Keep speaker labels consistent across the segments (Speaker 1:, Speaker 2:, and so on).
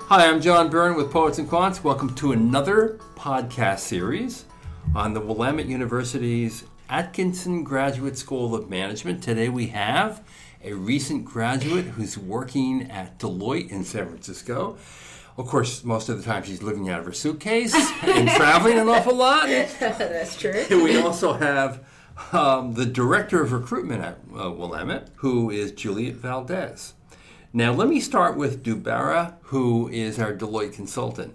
Speaker 1: Hi, I'm John Byrne with Poets and Quants. Welcome to another podcast series on the Willamette University's Atkinson Graduate School of Management. Today we have a recent graduate who's working at Deloitte in San Francisco. Of course, most of the time she's living out of her suitcase and traveling an awful lot.
Speaker 2: That's true.
Speaker 1: And we also have um, the director of recruitment at uh, Willamette, who is Juliet Valdez. Now, let me start with Dubara, who is our Deloitte consultant.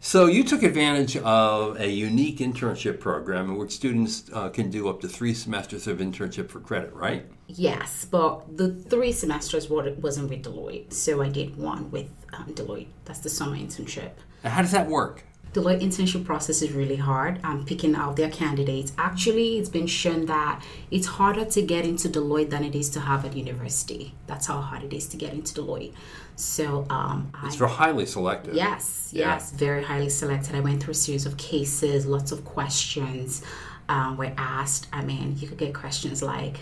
Speaker 1: So, you took advantage of a unique internship program in which students uh, can do up to three semesters of internship for credit, right?
Speaker 2: Yes, but the three semesters wa- wasn't with Deloitte, so I did one with um, Deloitte. That's the summer internship.
Speaker 1: Now, how does that work?
Speaker 2: Deloitte internship process is really hard. I'm picking out their candidates. Actually, it's been shown that it's harder to get into Deloitte than it is to Harvard University. That's how hard it is to get into Deloitte. So, um, I,
Speaker 1: It's for highly selective.
Speaker 2: Yes,
Speaker 1: Yeah.
Speaker 2: yes, very highly selected. I went through a series of cases, lots of questions um, were asked. I mean, you could get questions like,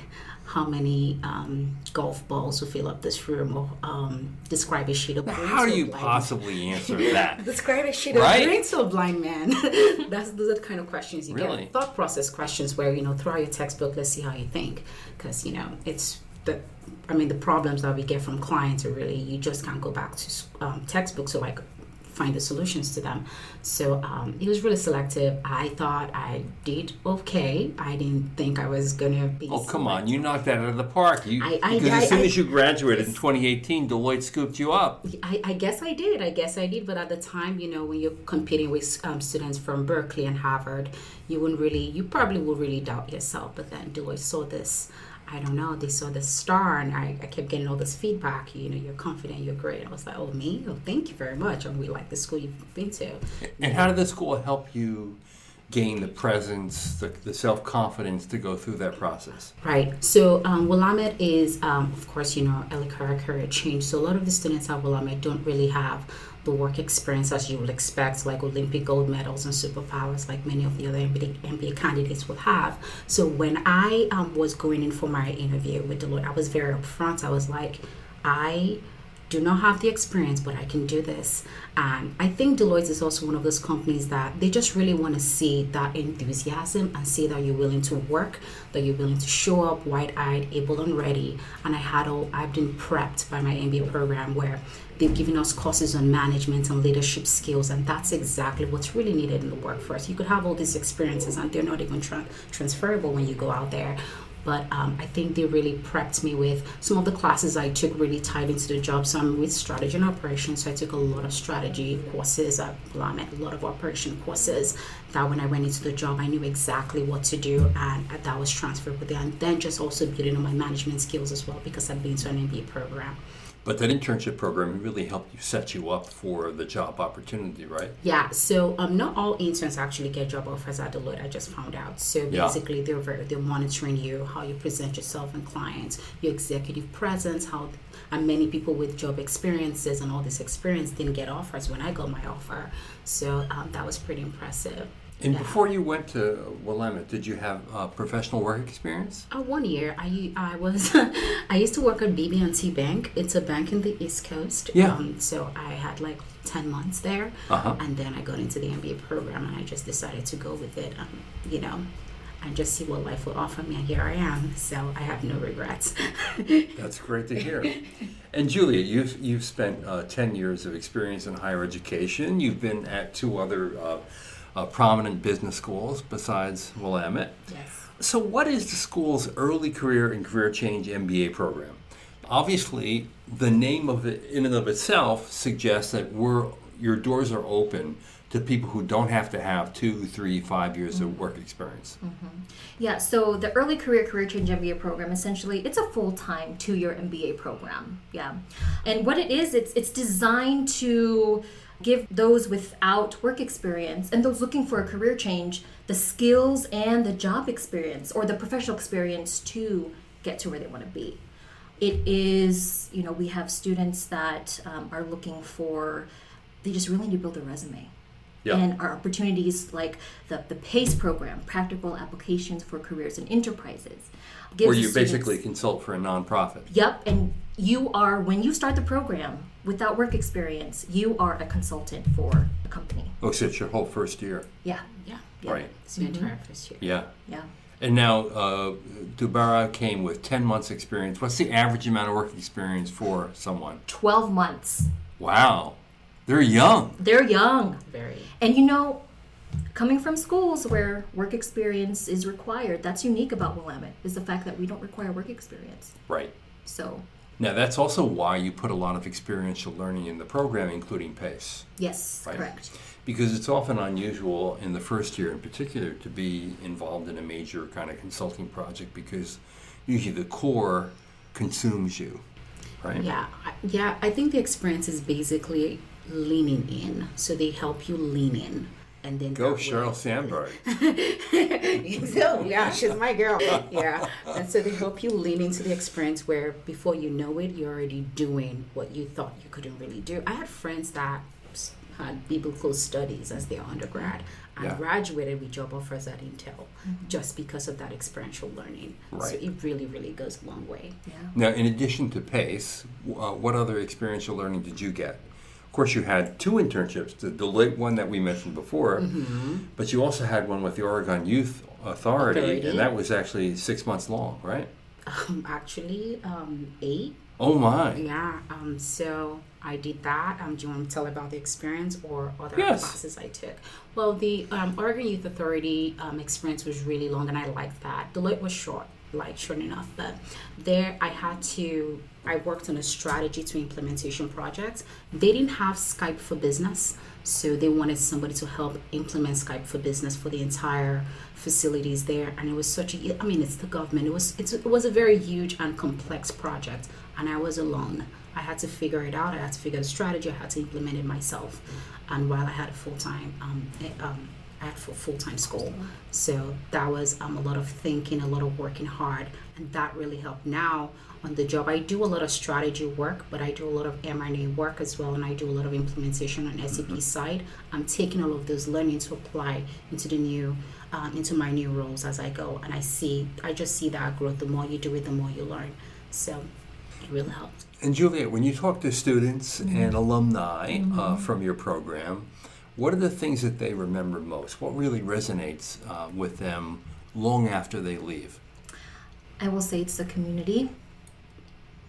Speaker 2: how many um, golf balls will fill up this room, or um, describe a sheet of green
Speaker 1: How
Speaker 2: to
Speaker 1: do
Speaker 2: a
Speaker 1: you
Speaker 2: blind-
Speaker 1: possibly answer that?
Speaker 2: Describe a sheet
Speaker 1: Right?
Speaker 2: of green to a blind man. That's those are the kind of questions you
Speaker 1: Really?
Speaker 2: get. Thought process questions where you know throw out your textbook, let's see how you think, because you know it's the. I mean, the problems that we get from clients are really you just can't go back to um, textbooks or like find the solutions to them. So um, it was really selective. I thought I did okay. I didn't think I was gonna be.
Speaker 1: Oh, come on, you knocked that out of the park. You,
Speaker 2: I- I-
Speaker 1: because as
Speaker 2: I-
Speaker 1: soon
Speaker 2: I-
Speaker 1: as you graduated in 2018, Deloitte scooped you up.
Speaker 2: I, I guess I did. I guess I did. But at the time, you know, when you're competing with um, students from Berkeley and Harvard, you wouldn't really, you probably would really doubt yourself. But then Deloitte saw this, I don't know, they saw this star, and I, I kept getting all this feedback. You know, you're confident, you're great. I was like, oh, me? Oh, thank you very much. And we like the school you've been to.
Speaker 1: And how did the school help you gain the presence, the, the self confidence to go through that process?
Speaker 2: Right. So um, Willamette is, um, of course, you know, a career career change. So a lot of the students at Willamette don't really have the work experience as you would expect, like Olympic gold medals and superpowers, like many of the other MBA, MBA candidates will have. So when I um, was going in for my interview with Deloitte, I was very upfront. I was like, I do not have the experience, but I can do this. And I think Deloitte is also one of those companies that they just really want to see that enthusiasm and see that you're willing to work, that you're willing to show up wide eyed, able, and ready. And I had all, I've been prepped by my MBA program where they've given us courses on management and leadership skills, and that's exactly what's really needed in the workforce. You could have all these experiences, and they're not even tran transferable when you go out there but um, I think they really prepped me with some of the classes I took really tied into the job. So I'm with strategy and operations. So I took a lot of strategy courses at Willamette, a lot of operation courses. That when I went into the job, I knew exactly what to do, and that was transferable there. And then just also building on my management skills as well because I've been to an MBA program.
Speaker 1: But that internship program really helped you set you up for the job opportunity, right?
Speaker 2: Yeah, so um, not all interns actually get job offers at Deloitte. I just found out. So
Speaker 1: Yeah.
Speaker 2: basically, they're very, they're monitoring you, how you present yourself and clients, your executive presence, how and many people with job experiences and all this experience didn't get offers when I got my offer. So um, that was pretty impressive.
Speaker 1: And
Speaker 2: Yeah.
Speaker 1: before you went to Willamette, did you have uh, professional work experience?
Speaker 2: Uh, one year, I I was I used to work at BB&T Bank. It's a bank in the East Coast.
Speaker 1: Yeah.
Speaker 2: Um, so I had like ten months there,
Speaker 1: Uh-huh.
Speaker 2: and then I got into the MBA program, and I just decided to go with it. Um, you know, and just see what life will offer me, and here I am. So I have no regrets.
Speaker 1: That's great to hear. and Julia, you've you've spent uh, ten years of experience in higher education. You've been at two other uh, uh, prominent business schools besides Willamette.
Speaker 2: yes.
Speaker 1: So, what is the school's early career and career change MBA program? Obviously, the name of it in and of itself suggests that we're, your doors are open to people who don't have to have two, three, five years of
Speaker 3: Mm-hmm.
Speaker 1: work experience.
Speaker 3: Yeah, so the early career career change MBA program essentially it's a full time two year MBA program. Yeah, and what it is, it's it's designed to give those without work experience and those looking for a career change the skills and the job experience or the professional experience to get to where they want to be it is you know we have students that um, are looking for they just really need to build a resume
Speaker 1: Yeah.
Speaker 3: and our opportunities like the, the pace program practical applications for careers and enterprises gives
Speaker 1: Where you
Speaker 3: students-
Speaker 1: basically consult for a nonprofit.
Speaker 3: yep and you are when you start the program without work experience, you are a consultant for a company.
Speaker 1: Oh, so it's your whole first year.
Speaker 3: Yeah,
Speaker 2: Yeah,
Speaker 3: Yeah.
Speaker 1: Right.
Speaker 2: it's your entire first year.
Speaker 1: Yeah.
Speaker 3: yeah.
Speaker 1: And now, uh, Dubara came with 10 months' experience. What's the average amount of work experience for someone?
Speaker 3: Twelve months.
Speaker 1: Wow. They're young.
Speaker 3: They're young.
Speaker 2: Very.
Speaker 3: And you know, coming from schools where work experience is required, that's unique about Willamette is the fact that we don't require work experience.
Speaker 1: Right.
Speaker 3: So,
Speaker 1: Now, that's also why you put a lot of experiential learning in the program, including PACE.
Speaker 3: yes,
Speaker 1: Right.
Speaker 3: correct.
Speaker 1: Because it's often unusual in the first year in particular to be involved in a major kind of consulting project because usually the core consumes you, right?
Speaker 2: Yeah, I- yeah. I think the experience is basically leaning in, so they help you lean in, and then
Speaker 1: Go
Speaker 2: that way-
Speaker 1: Cheryl Sandberg.
Speaker 2: so yeah, she's my girl. Yeah, and so they help you lean into the experience where before you know it, you're already doing what you thought you couldn't really do. I had friends that s- had biblical studies as their undergrad and
Speaker 1: Yeah.
Speaker 2: graduated with job offers at Intel just because of that experiential learning.
Speaker 1: Right.
Speaker 2: So it really, really goes a long way.
Speaker 1: Now, in addition to PACE, w- uh, what other experiential learning did you get? Of course, you had two internships, the Deloitte one that we mentioned before,
Speaker 3: Mm-hmm.
Speaker 1: but you also had one with the Oregon Youth Authority,
Speaker 2: Authority.
Speaker 1: and that was actually six months long, right?
Speaker 2: Um, actually, um, eight.
Speaker 1: Oh my!
Speaker 2: Yeah. Um, so I did that. Um, do you want to tell about the experience or other
Speaker 1: Yes.
Speaker 2: classes I took? Well, the um, Oregon Youth Authority um, experience was really long, and I liked that. Deloitte was short, like short enough, but there I had to. I worked on a strategy to implementation project. They didn't have Skype for Business, so they wanted somebody to help implement Skype for Business for the entire facilities there. And it was such a. I mean, it's the government. It was it's, it was a very huge and complex project and I was alone. I had to figure it out. I had to figure the strategy. I had to implement it myself. And while I had a full time, um, eh, um, I had full time school, so that was um, a lot of thinking, a lot of working hard, and that really helped. Now on the job, I do a lot of strategy work, but I do a lot of M&A work as well, and I do a lot of implementation on SAP side. I'm taking all of those learning to apply into the new um, into my new roles as I go, and I see I just see that growth. The more you do it, the more you learn. So it really helped.
Speaker 1: And Juliet, when you talk to students
Speaker 3: Mm-hmm.
Speaker 1: and alumni uh, from your program, what are the things that they remember most? What really resonates uh, with them long after they leave?
Speaker 3: I will say it's the community.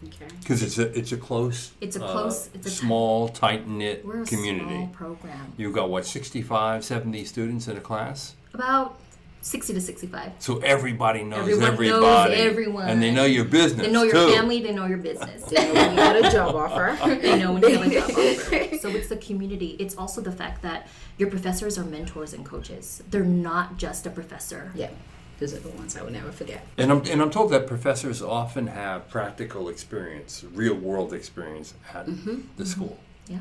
Speaker 2: Okay.
Speaker 1: Because it's a it's a close, uh,
Speaker 3: It's a close- it's a ti-
Speaker 1: small, tight knit
Speaker 3: We're a
Speaker 1: community.
Speaker 3: small program.
Speaker 1: You've got what 65, 70 students in a class,
Speaker 3: About 60 to 65.
Speaker 1: so everybody knows
Speaker 3: Everyone knows
Speaker 1: everybody,
Speaker 3: everyone.
Speaker 1: and they know your business.
Speaker 3: They know your
Speaker 1: too.
Speaker 3: family, they know your business.
Speaker 2: They know we had a job offer.
Speaker 3: they know when you have a job offer. So it's the community. It's also the fact that your professors are mentors and coaches. They're not just a professor.
Speaker 2: Yeah, those are the ones I will never forget.
Speaker 1: And I'm, and I'm told that professors often have practical experience, real world experience at
Speaker 3: Mm-hmm.
Speaker 1: the school.
Speaker 3: Yeah.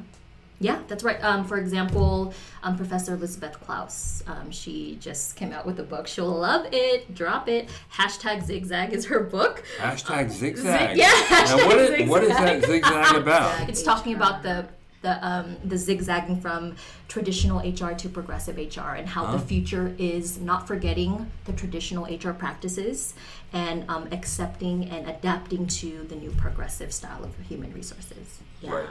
Speaker 3: Yeah, that's right. Um, for example, um, Professor Elizabeth Klaus, um, she just came out with a book. She'll love it. Drop it. Hashtag Zigzag is her book.
Speaker 1: Hashtag zigzag.
Speaker 3: Mm-hmm. yeah,
Speaker 1: now, what,
Speaker 3: hashtag
Speaker 1: is, what is that
Speaker 3: zigzag.
Speaker 1: zigzag about?
Speaker 2: Zigzag.
Speaker 3: It's talking about the the um, the zigzagging from traditional HR to progressive HR and how the future is not forgetting the traditional HR practices and um, accepting and adapting to the new progressive style of human resources.
Speaker 2: Yeah.
Speaker 1: Right.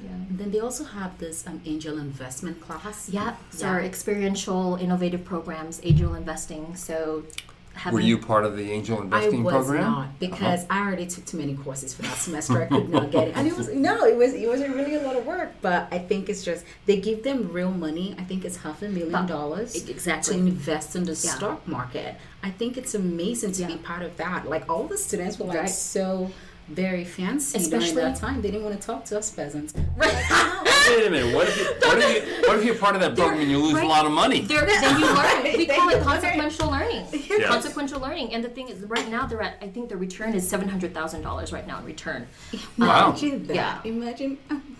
Speaker 3: Yeah.
Speaker 2: Then they also have this um, angel investment class.
Speaker 3: Yeah, so our experiential innovative programs, angel investing. So, having,
Speaker 1: Were you part of the angel
Speaker 2: I
Speaker 1: investing
Speaker 2: was
Speaker 1: program? Uh-huh.
Speaker 2: not because I already took too many courses for that semester. I could not get it, and it was no, it was it was really a lot of work. But I think it's just they give them real money. I think it's half a million
Speaker 3: But- e-,
Speaker 2: dollars
Speaker 3: exactly.
Speaker 2: to invest in the stock market. I think it's amazing to be part of that. Like all the students were like
Speaker 3: Right.
Speaker 2: so very fancy during
Speaker 3: Especially-
Speaker 2: that time. They didn't want to talk to us peasants.
Speaker 1: Wait a minute. What if, you, what, if you, what if you're part of that program and you lose
Speaker 3: right.
Speaker 1: a lot of money?
Speaker 3: There, then you learn. We
Speaker 2: Then
Speaker 3: call
Speaker 2: you
Speaker 3: it
Speaker 2: learn.
Speaker 3: consequential learning.
Speaker 1: Yes.
Speaker 3: Consequential learning. And the thing is, right now they're at. I think the return is seven hundred thousand dollars right now in return.
Speaker 1: Wow.
Speaker 2: Imagine that.
Speaker 3: Yeah.
Speaker 2: Imagine.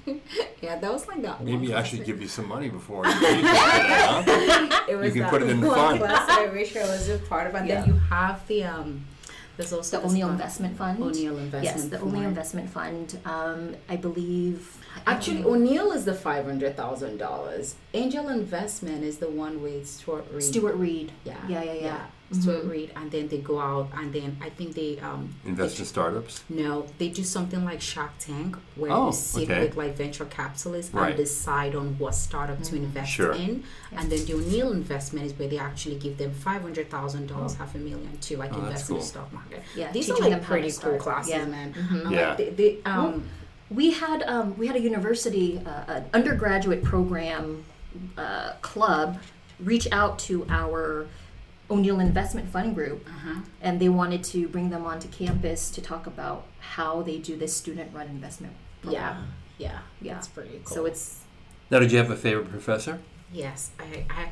Speaker 2: yeah, that was like that.
Speaker 1: Maybe
Speaker 2: one
Speaker 1: I
Speaker 2: class
Speaker 1: should give you some money before you leave, huh?
Speaker 2: It was
Speaker 1: can
Speaker 2: that
Speaker 1: put it in the
Speaker 2: one
Speaker 1: fund.
Speaker 2: class I wish I was a part of. And then
Speaker 3: Yeah.
Speaker 2: you have the um. There's also
Speaker 3: The
Speaker 2: this
Speaker 3: O'Neill
Speaker 2: one.
Speaker 3: Investment Fund.
Speaker 2: O'Neill Investment.
Speaker 3: Yes, the O'Neill
Speaker 2: Fund.
Speaker 3: Investment Fund. Um, I believe.
Speaker 2: Actually, O'Neill is the five hundred thousand dollars. Angel Investment is the one with Stuart Reed.
Speaker 3: Stuart Reed.
Speaker 2: Yeah.
Speaker 3: Yeah, Mm-hmm. yeah, yeah.
Speaker 2: Stuart Reed, and then they go out and then I think they um
Speaker 1: Invest in startups.
Speaker 2: no they do something like Shark Tank where
Speaker 1: Oh,
Speaker 2: you sit
Speaker 1: okay.
Speaker 2: with like venture capitalists
Speaker 1: Right.
Speaker 2: and decide on what startup to
Speaker 3: Mm-hmm.
Speaker 2: invest
Speaker 1: Sure.
Speaker 2: in, and then the O'Neill investment is where they actually give them five hundred thousand dollars, half a million to like
Speaker 1: Oh. that's
Speaker 2: invest in
Speaker 1: cool.
Speaker 2: the stock market.
Speaker 3: Yeah,
Speaker 2: these are
Speaker 3: teaching them
Speaker 2: like
Speaker 3: how to
Speaker 2: pretty cool
Speaker 3: start.
Speaker 2: classes,
Speaker 3: Yeah. Mm-hmm. Oh,
Speaker 2: man.
Speaker 1: Mhm. Yeah.
Speaker 2: Like they, they, um,
Speaker 3: we had um, we had a university uh, an undergraduate program uh, club reach out to our O'Neill Investment Fund group,
Speaker 2: Uh-huh.
Speaker 3: and they wanted to bring them onto campus to talk about how they do this student-run investment.
Speaker 2: yeah,
Speaker 3: program.
Speaker 2: yeah,
Speaker 3: Yeah.
Speaker 2: It's pretty cool.
Speaker 3: So it's
Speaker 1: Now, did you have a favorite professor?
Speaker 2: yes, I, I had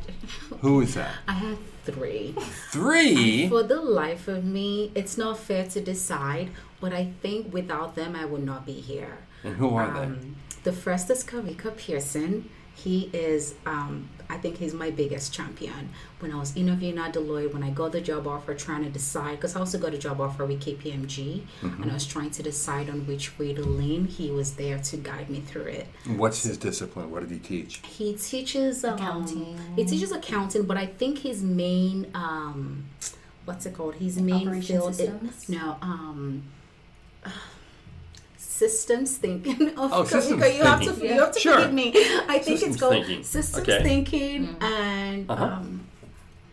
Speaker 1: Who is that?
Speaker 2: I had three.
Speaker 1: Three.
Speaker 2: For the life of me, it's not fair to decide, but I think without them, I would not be here.
Speaker 1: And who are
Speaker 2: Um, the first is Kavika Pearson. He is, um, I think he's my biggest champion. When I was interviewing at Deloitte, when I got the job offer, trying to decide, because I also got a job offer with KPMG, and I was trying to decide on which way to lean, he was there to guide me through it
Speaker 1: they? What's his discipline? What did he teach?
Speaker 2: he teaches um,
Speaker 3: Accounting.
Speaker 2: He teaches accounting, but I think his main um, what's it called? His main
Speaker 3: Operation
Speaker 2: field is-
Speaker 3: systems?
Speaker 2: no, um, systems thinking. Of
Speaker 1: Oh,
Speaker 2: Kamika,
Speaker 1: systems
Speaker 2: you have to
Speaker 1: thinking.
Speaker 2: you have to
Speaker 1: Sure.
Speaker 2: forgive me. I think
Speaker 1: Systems
Speaker 2: it's called
Speaker 1: thinking.
Speaker 2: systems
Speaker 1: Okay.
Speaker 2: thinking,
Speaker 3: Mm.
Speaker 2: and
Speaker 1: Uh-huh.
Speaker 2: um,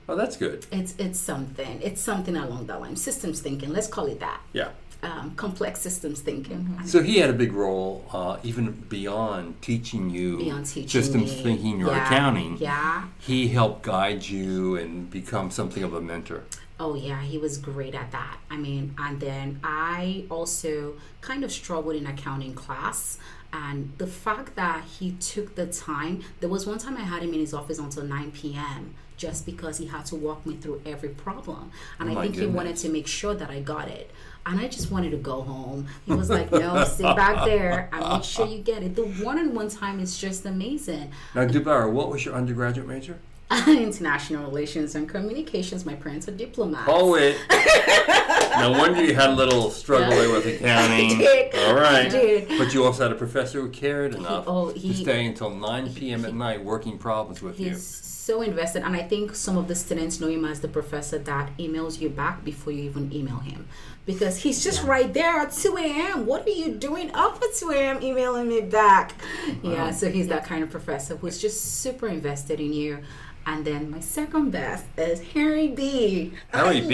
Speaker 1: Oh, that's good.
Speaker 2: it's it's something. It's something along that line. Systems thinking. Let's call it that.
Speaker 1: Yeah.
Speaker 2: Um, complex systems thinking.
Speaker 3: Mm-hmm.
Speaker 1: So he had a big role, uh, even beyond teaching you
Speaker 2: Beyond teaching
Speaker 1: systems
Speaker 2: me.
Speaker 1: thinking or
Speaker 2: Yeah.
Speaker 1: accounting.
Speaker 2: Yeah.
Speaker 1: He helped guide you and become something of a mentor.
Speaker 2: Oh yeah, he was great at that. I mean, and then I also kind of struggled in accounting class. And the fact that he took the time, there was one time I had him in his office until 9 p.m. just because he had to walk me through every problem. And
Speaker 1: Oh My
Speaker 2: I think he wanted
Speaker 1: goodness.
Speaker 2: to make sure that I got it. And I just wanted to go home. He was like, no, sit back there and make sure you get it. The one on one time is just amazing.
Speaker 1: Now, Dubara, what was your undergraduate major?
Speaker 2: International relations and communications, my parents are diplomats.
Speaker 1: wait. no wonder you had a little struggle there with accounting.
Speaker 2: I did.
Speaker 1: All right.
Speaker 2: I did.
Speaker 1: But you also had a professor who cared enough
Speaker 2: oh,
Speaker 1: to
Speaker 2: he-
Speaker 1: stay until 9 p.m. at night working problems with you.
Speaker 2: He's so invested, and I think some of the students know him as the professor that emails you back before you even email him, because he's just right there at 2 a.m. What are you doing up at 2 a.m. emailing me back? Yeah, so he's that kind of professor who's just super invested in you. And then my second best is Harry B.
Speaker 1: Harry E B.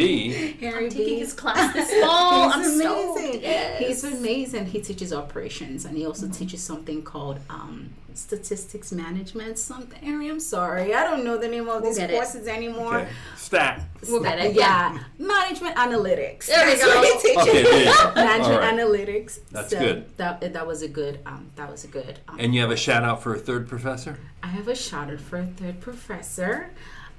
Speaker 2: Harry
Speaker 3: I'm
Speaker 2: B.
Speaker 3: taking his class this fall. Oh, I'm
Speaker 2: He's
Speaker 3: amazing.
Speaker 2: amazing. He's amazing. He teaches operations and he also teaches something called um, statistics management. Something. I'm sorry, I don't know the name of these
Speaker 3: get it.
Speaker 2: courses anymore.
Speaker 1: Okay. Stat.
Speaker 3: We'll get it.
Speaker 2: Yeah, management analytics.
Speaker 3: There we
Speaker 2: That's what
Speaker 3: go.
Speaker 2: he teaches.
Speaker 1: Okay, there you go. All
Speaker 2: Management
Speaker 1: right.
Speaker 2: analytics.
Speaker 1: That's
Speaker 2: So
Speaker 1: good.
Speaker 2: That that was a good. Um, that was a good. Um,
Speaker 1: And you have a shout out for a third professor?
Speaker 2: I have a shout out for a third professor.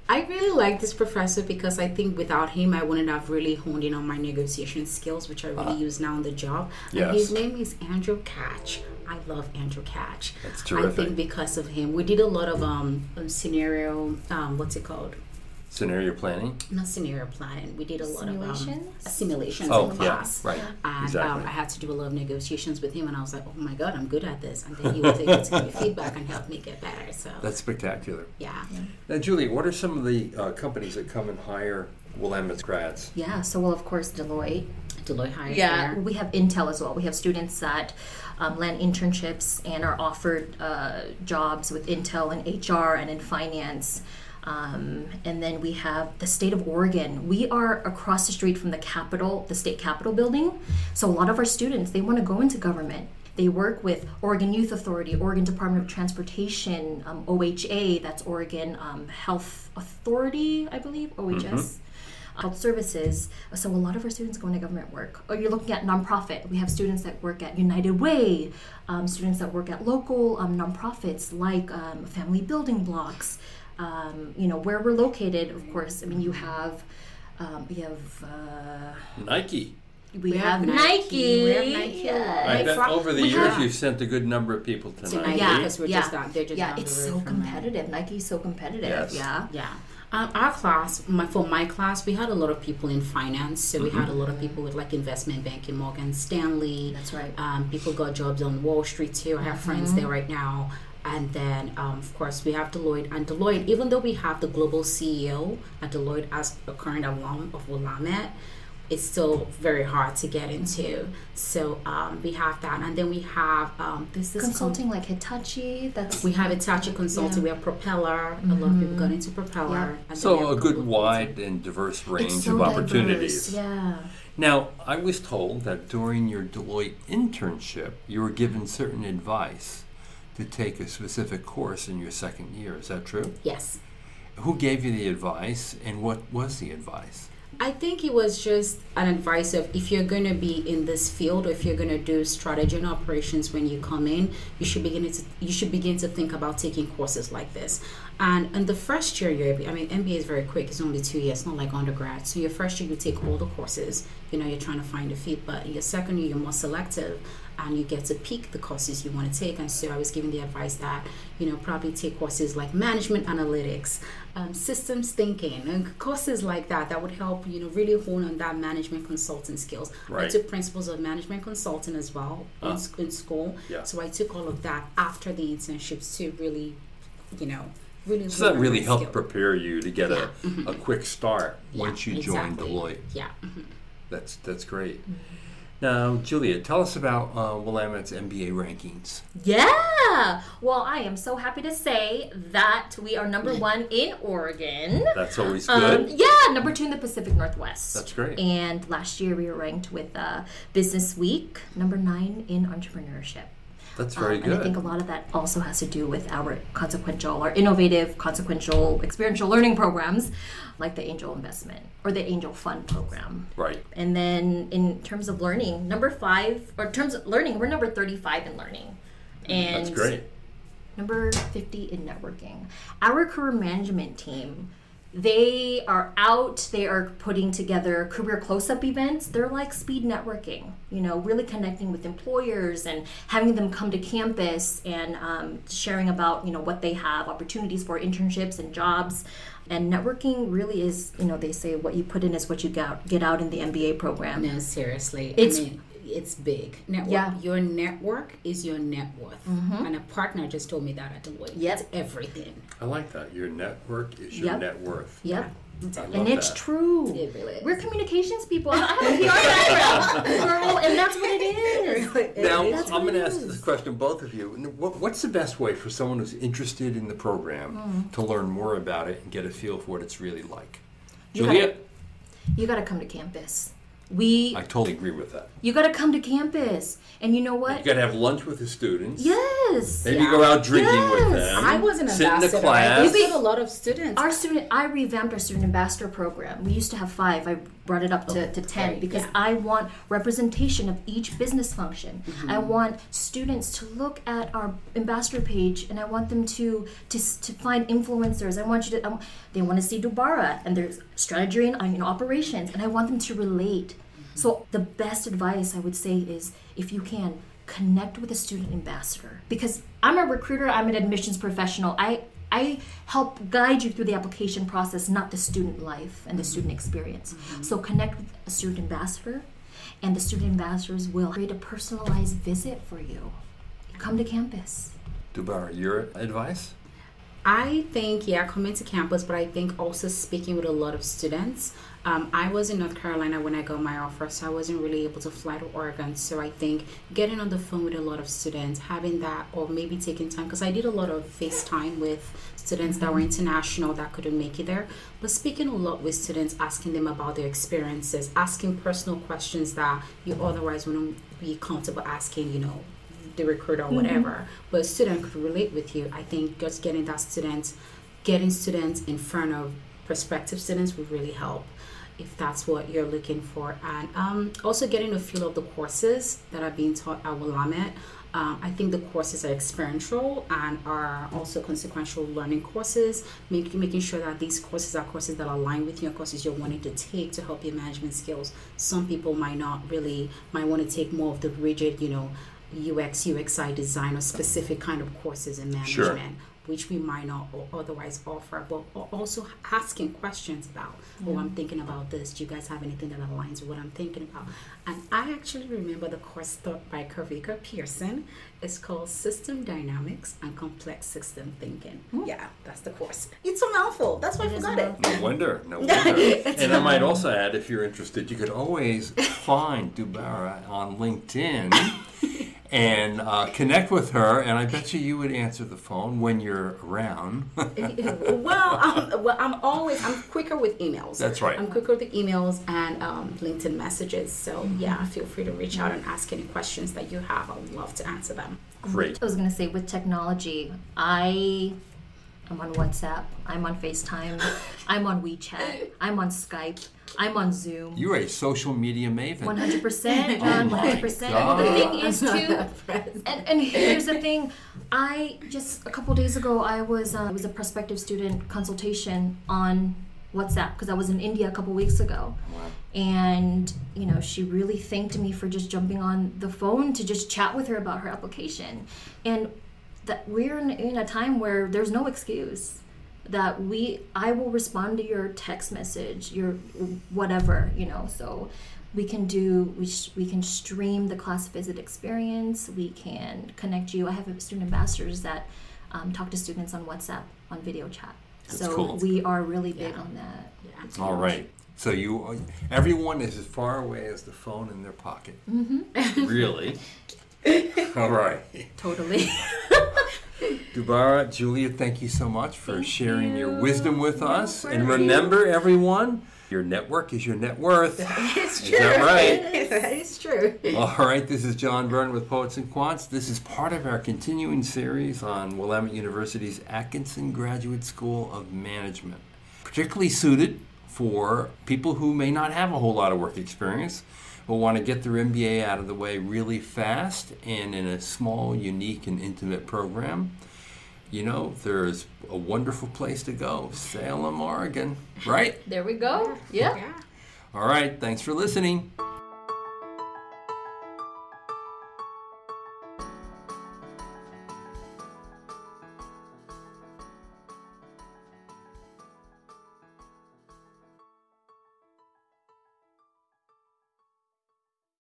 Speaker 2: I really like this professor because I think without him, I wouldn't have really honed in on my negotiation skills, which I really use now in the job.
Speaker 1: Uh-huh. Yes.
Speaker 2: And his name is Andrew Catch. I love Andrew Catch.
Speaker 1: That's
Speaker 2: I
Speaker 1: terrific.
Speaker 2: think because of him, we did a lot of um, um scenario. Um, what's it called?
Speaker 1: Scenario planning?
Speaker 2: Not scenario planning. We did a lot of um,
Speaker 3: Simulations?
Speaker 2: simulations
Speaker 1: Oh,
Speaker 2: in
Speaker 1: yeah,
Speaker 2: class.
Speaker 1: right.
Speaker 2: And
Speaker 1: Exactly.
Speaker 2: um, I had to do a lot of negotiations with him, and I was like, oh my God, I'm good at this. And then he was able to give me feedback and help me get better. So,
Speaker 1: That's spectacular.
Speaker 2: yeah.
Speaker 1: Now, Julie, what are some of the uh, companies that come and hire Willamette grads?
Speaker 3: Yeah. So well, of course, Deloitte.
Speaker 2: Deloitte hires
Speaker 3: Yeah,
Speaker 2: there.
Speaker 3: we have Intel as well. We have students that um, land internships and are offered uh, jobs with Intel and HR and in finance. Um, and then we have the state of Oregon. We are across the street from the Capitol, the state Capitol building. So a lot of our students they want to go into government. They work with Oregon Youth Authority, Oregon Department of Transportation, um, OHA. That's Oregon um, Health Authority, I believe, OHS health services. So a lot of our students go into government work. Or you're looking at nonprofit. We have students that work at United Way, um, students that work at local um, nonprofits like um, family building blocks. Um, you know where we're located, of course. I mean, you have. Um, we have uh,
Speaker 1: Nike.
Speaker 3: we,
Speaker 2: We
Speaker 3: have,
Speaker 2: have
Speaker 3: Nike.
Speaker 2: Nike. We have Nike.
Speaker 3: Yeah.
Speaker 1: I bet
Speaker 2: Nike.
Speaker 1: over the
Speaker 2: We
Speaker 1: years
Speaker 2: have-
Speaker 1: you've sent a good number of people to
Speaker 2: Tonight,
Speaker 1: Nike.
Speaker 2: yeah,
Speaker 3: Yeah,
Speaker 2: because we're
Speaker 3: yeah.
Speaker 2: just down, they're just
Speaker 3: Yeah,
Speaker 2: down the
Speaker 3: it's
Speaker 2: road
Speaker 3: so
Speaker 2: from that.
Speaker 3: competitive. Nike's so competitive.
Speaker 1: Yes.
Speaker 3: Yeah.
Speaker 2: Yeah. Um, our class, my, for my class, we had a lot of people in finance. So we had a lot of people with like investment banking, Morgan Stanley.
Speaker 3: That's right. Mm-hmm.
Speaker 2: Um, people got jobs on Wall Street too. I have friends there right now. And then, um, of course, we have Deloitte. And Deloitte, even though we have the global CEO at Deloitte as a current alum of Willamette, it's still very hard to get into. So um, we have that. And then we have um, this is
Speaker 3: Consulting like Hitachi, that's
Speaker 2: we have Hitachi Consulting, we have Propeller. A lot of people got into Propeller. And then we
Speaker 1: So
Speaker 2: have
Speaker 1: a good
Speaker 2: Global
Speaker 1: wide and diverse range
Speaker 3: so
Speaker 1: of
Speaker 3: diverse,
Speaker 1: opportunities.
Speaker 3: Yeah.
Speaker 1: Now, I was told that during your Deloitte internship, you were given certain advice to take a specific course in your second year. Is that true?
Speaker 2: Yes.
Speaker 1: Who gave you the advice and what was the advice?
Speaker 2: I think it was just an advice of if you're going to be in this field or if you're going to do strategy and operations when you come in, you should begin to you should begin to think about taking courses like this. And in the first year, you're, I mean, MBA is very quick. It's only two years, it's not like undergrad. So your first year, you take all the courses. You know, you're trying to find a fit. But in your second year, you're more selective, and you get to pick the courses you want to take. And so I was given the advice that you know probably take courses like management analytics, um, systems thinking, and courses like that that would help you know really hone on that management consulting skills. I
Speaker 1: Right.
Speaker 2: took principles of management consulting as well in,
Speaker 1: Ah.
Speaker 2: sc- in school.
Speaker 1: Yeah.
Speaker 2: So I took all of that after the internships to really, you know, really.
Speaker 1: So that
Speaker 2: hone
Speaker 1: really
Speaker 2: my
Speaker 1: helped
Speaker 2: skill.
Speaker 1: prepare you to get a, a
Speaker 3: Mm-hmm.
Speaker 1: quick start
Speaker 2: Yeah,
Speaker 1: once you joined
Speaker 2: exactly.
Speaker 1: Deloitte.
Speaker 2: Yeah.
Speaker 1: That's, that's great.
Speaker 3: Mm-hmm.
Speaker 1: Now, Julia, tell us about uh, Willamette's MBA rankings.
Speaker 3: Yeah. Well, I am so happy to say that we are number one in Oregon.
Speaker 1: Mm. That's always good.
Speaker 3: Um, yeah, number two in the Pacific Northwest.
Speaker 1: That's great.
Speaker 3: And last year we were ranked with uh, Business Week, number nine in entrepreneurship.
Speaker 1: That's very
Speaker 3: Um,
Speaker 1: good.
Speaker 3: And I think a lot of that also has to do with our consequential or innovative consequential experiential learning programs like the angel investment or the angel fund program.
Speaker 1: Right.
Speaker 3: And then in terms of learning, number five, or terms of learning, we're number 35 in learning. And
Speaker 1: That's great.
Speaker 3: Number 50 in networking. Our career management team, they are out, they are putting together career close up events. They're like speed networking, you know, really connecting with employers and having them come to campus and um, sharing about, you know, what they have, opportunities for internships and jobs. And networking really is, you know, they say what you put in is what you get get out in the MBA program.
Speaker 2: No, seriously.
Speaker 3: It's-
Speaker 2: I mean, it's big. Network.
Speaker 3: Yeah.
Speaker 2: Your network is your net worth. And a partner just told me that at Deloitte.
Speaker 3: Yep.
Speaker 2: It's everything.
Speaker 1: I like that. Your network is your
Speaker 3: Yep.
Speaker 1: net worth.
Speaker 3: Yep.
Speaker 1: I love
Speaker 3: And it's
Speaker 1: that.
Speaker 3: true.
Speaker 2: It really is.
Speaker 3: We're communications people. I have a PR background, girl, and that's what it is.
Speaker 1: Now,
Speaker 3: That's
Speaker 1: I'm going
Speaker 3: what
Speaker 1: to
Speaker 3: it
Speaker 1: ask this question to both of you. And what- What's the best way for someone who's interested in the program
Speaker 2: Mm-hmm.
Speaker 1: to learn more about it and get a feel for what it's really like?
Speaker 3: You
Speaker 1: Juliet,
Speaker 3: You got to come to campus. We,
Speaker 1: I totally agree with that.
Speaker 3: you got to come to campus, and you know
Speaker 1: You
Speaker 3: what?
Speaker 1: got to have lunch with the students.
Speaker 3: Yes.
Speaker 1: Maybe go out drinking with
Speaker 3: Yes.
Speaker 1: them.
Speaker 2: I was an
Speaker 1: sit in
Speaker 2: ambassador.
Speaker 1: the class.
Speaker 2: Right? We have a lot of students.
Speaker 3: Our student, I revamped our student ambassador program. We used to have five. I brought it up to, to ten
Speaker 2: great,
Speaker 3: because
Speaker 2: yeah.
Speaker 3: I want representation of each business function. I want students to look at our ambassador page, and I want them to to, s- to find influencers. I want you to. I, want- they want to see Dubara and their strategy and uh, you know, operations, and I want them to relate. So the best advice I would say is if you can connect with a student ambassador because I'm a recruiter, I'm an admissions professional. I I help guide you through the application process, not the student life and the student experience.
Speaker 1: Mm-hmm.
Speaker 3: So connect with a student ambassador and the student ambassadors will create a personalized visit for you. Come to campus.
Speaker 1: Dubara, your advice?
Speaker 2: I think, yeah, coming to campus, but I think also speaking with a lot of students. Um, I was in North Carolina when I got my offer, so I wasn't really able to fly to Oregon. So I think getting on the phone with a lot of students, having that, or maybe taking time, because I did a lot of FaceTime with students that were international that couldn't make it there, but speaking a lot with students, asking them about their experiences, asking personal questions that you otherwise wouldn't be comfortable asking, you know, the recruiter or whatever, but a student could relate with you. I think just getting that student, getting students in front of prospective students would really help if that's what you're looking for. And um, also getting a feel of the courses that are being taught at Willamette. Um, I think the courses are experiential and are also consequential learning courses, making making sure that these courses are courses that align with your courses you're wanting to take to help your management skills. Some people might not really might want to take more of the rigid, you know, UX, UXI design or specific kind of courses in management.
Speaker 1: Sure.
Speaker 2: which we might not o- otherwise offer, but a- also asking questions about, oh, I'm thinking about this. Do you guys have anything that aligns with what I'm thinking about? And I actually remember the course taught by Karvika Pearson. It's called System Dynamics and Complex System Thinking. Yeah, that's the course. It's a mouthful. That's why I forgot it.
Speaker 1: No wonder, no wonder. and I might also add, if you're interested, you could always find Dubara on LinkedIn and uh, connect with her. And I bet you you would answer the phone when you're around.
Speaker 2: well, I'm, well, I'm always I'm quicker with emails.
Speaker 1: That's right.
Speaker 2: I'm quicker with emails and um, LinkedIn messages. So
Speaker 3: Mm-hmm.
Speaker 2: yeah, feel free to reach out and ask any questions that you have. I would love to answer them.
Speaker 1: Great.
Speaker 3: I was gonna say with technology, I I'm on WhatsApp, I'm on FaceTime, I'm on WeChat, I'm on Skype, I'm on Zoom.
Speaker 1: You're a social media
Speaker 3: One
Speaker 1: maven.
Speaker 3: hundred percent, John.
Speaker 1: Oh my
Speaker 3: One hundred percent. The
Speaker 1: God.
Speaker 3: thing is, too, and, and here's the thing. I just a couple days ago, I was uh, I was a prospective student consultation on WhatsApp because I was in India a couple weeks ago, and you know she really thanked me for just jumping on the phone to just chat with her about her application, and that we're in, in a time where there's no excuse that we i will respond to your text message your whatever you know so we can do we, sh- we can stream the class visit experience we can connect you i have student ambassadors that um, talk to students on whatsapp on video chat so
Speaker 1: cool.
Speaker 3: we are really big on that
Speaker 2: Yeah.
Speaker 1: All right. So you, everyone is as far away as the phone in their pocket. Mm-hmm. Really. All right.
Speaker 2: Totally.
Speaker 1: Dubara, Julia, thank you so much for sharing your wisdom with us. And remember, everyone, your network is your net worth.
Speaker 2: it's
Speaker 1: Is that right?
Speaker 2: that is true.
Speaker 1: All right, this is John Byrne with Poets and Quants. This is part of our continuing series on Willamette University's Atkinson Graduate School of Management, particularly suited for people who may not have a whole lot of work experience but want to get their MBA out of the way really fast and in a small, unique, and intimate program. You know, there's a wonderful place to go, Salem, Oregon, right?
Speaker 3: there we go yeah
Speaker 2: Yeah.
Speaker 1: All right, thanks for listening.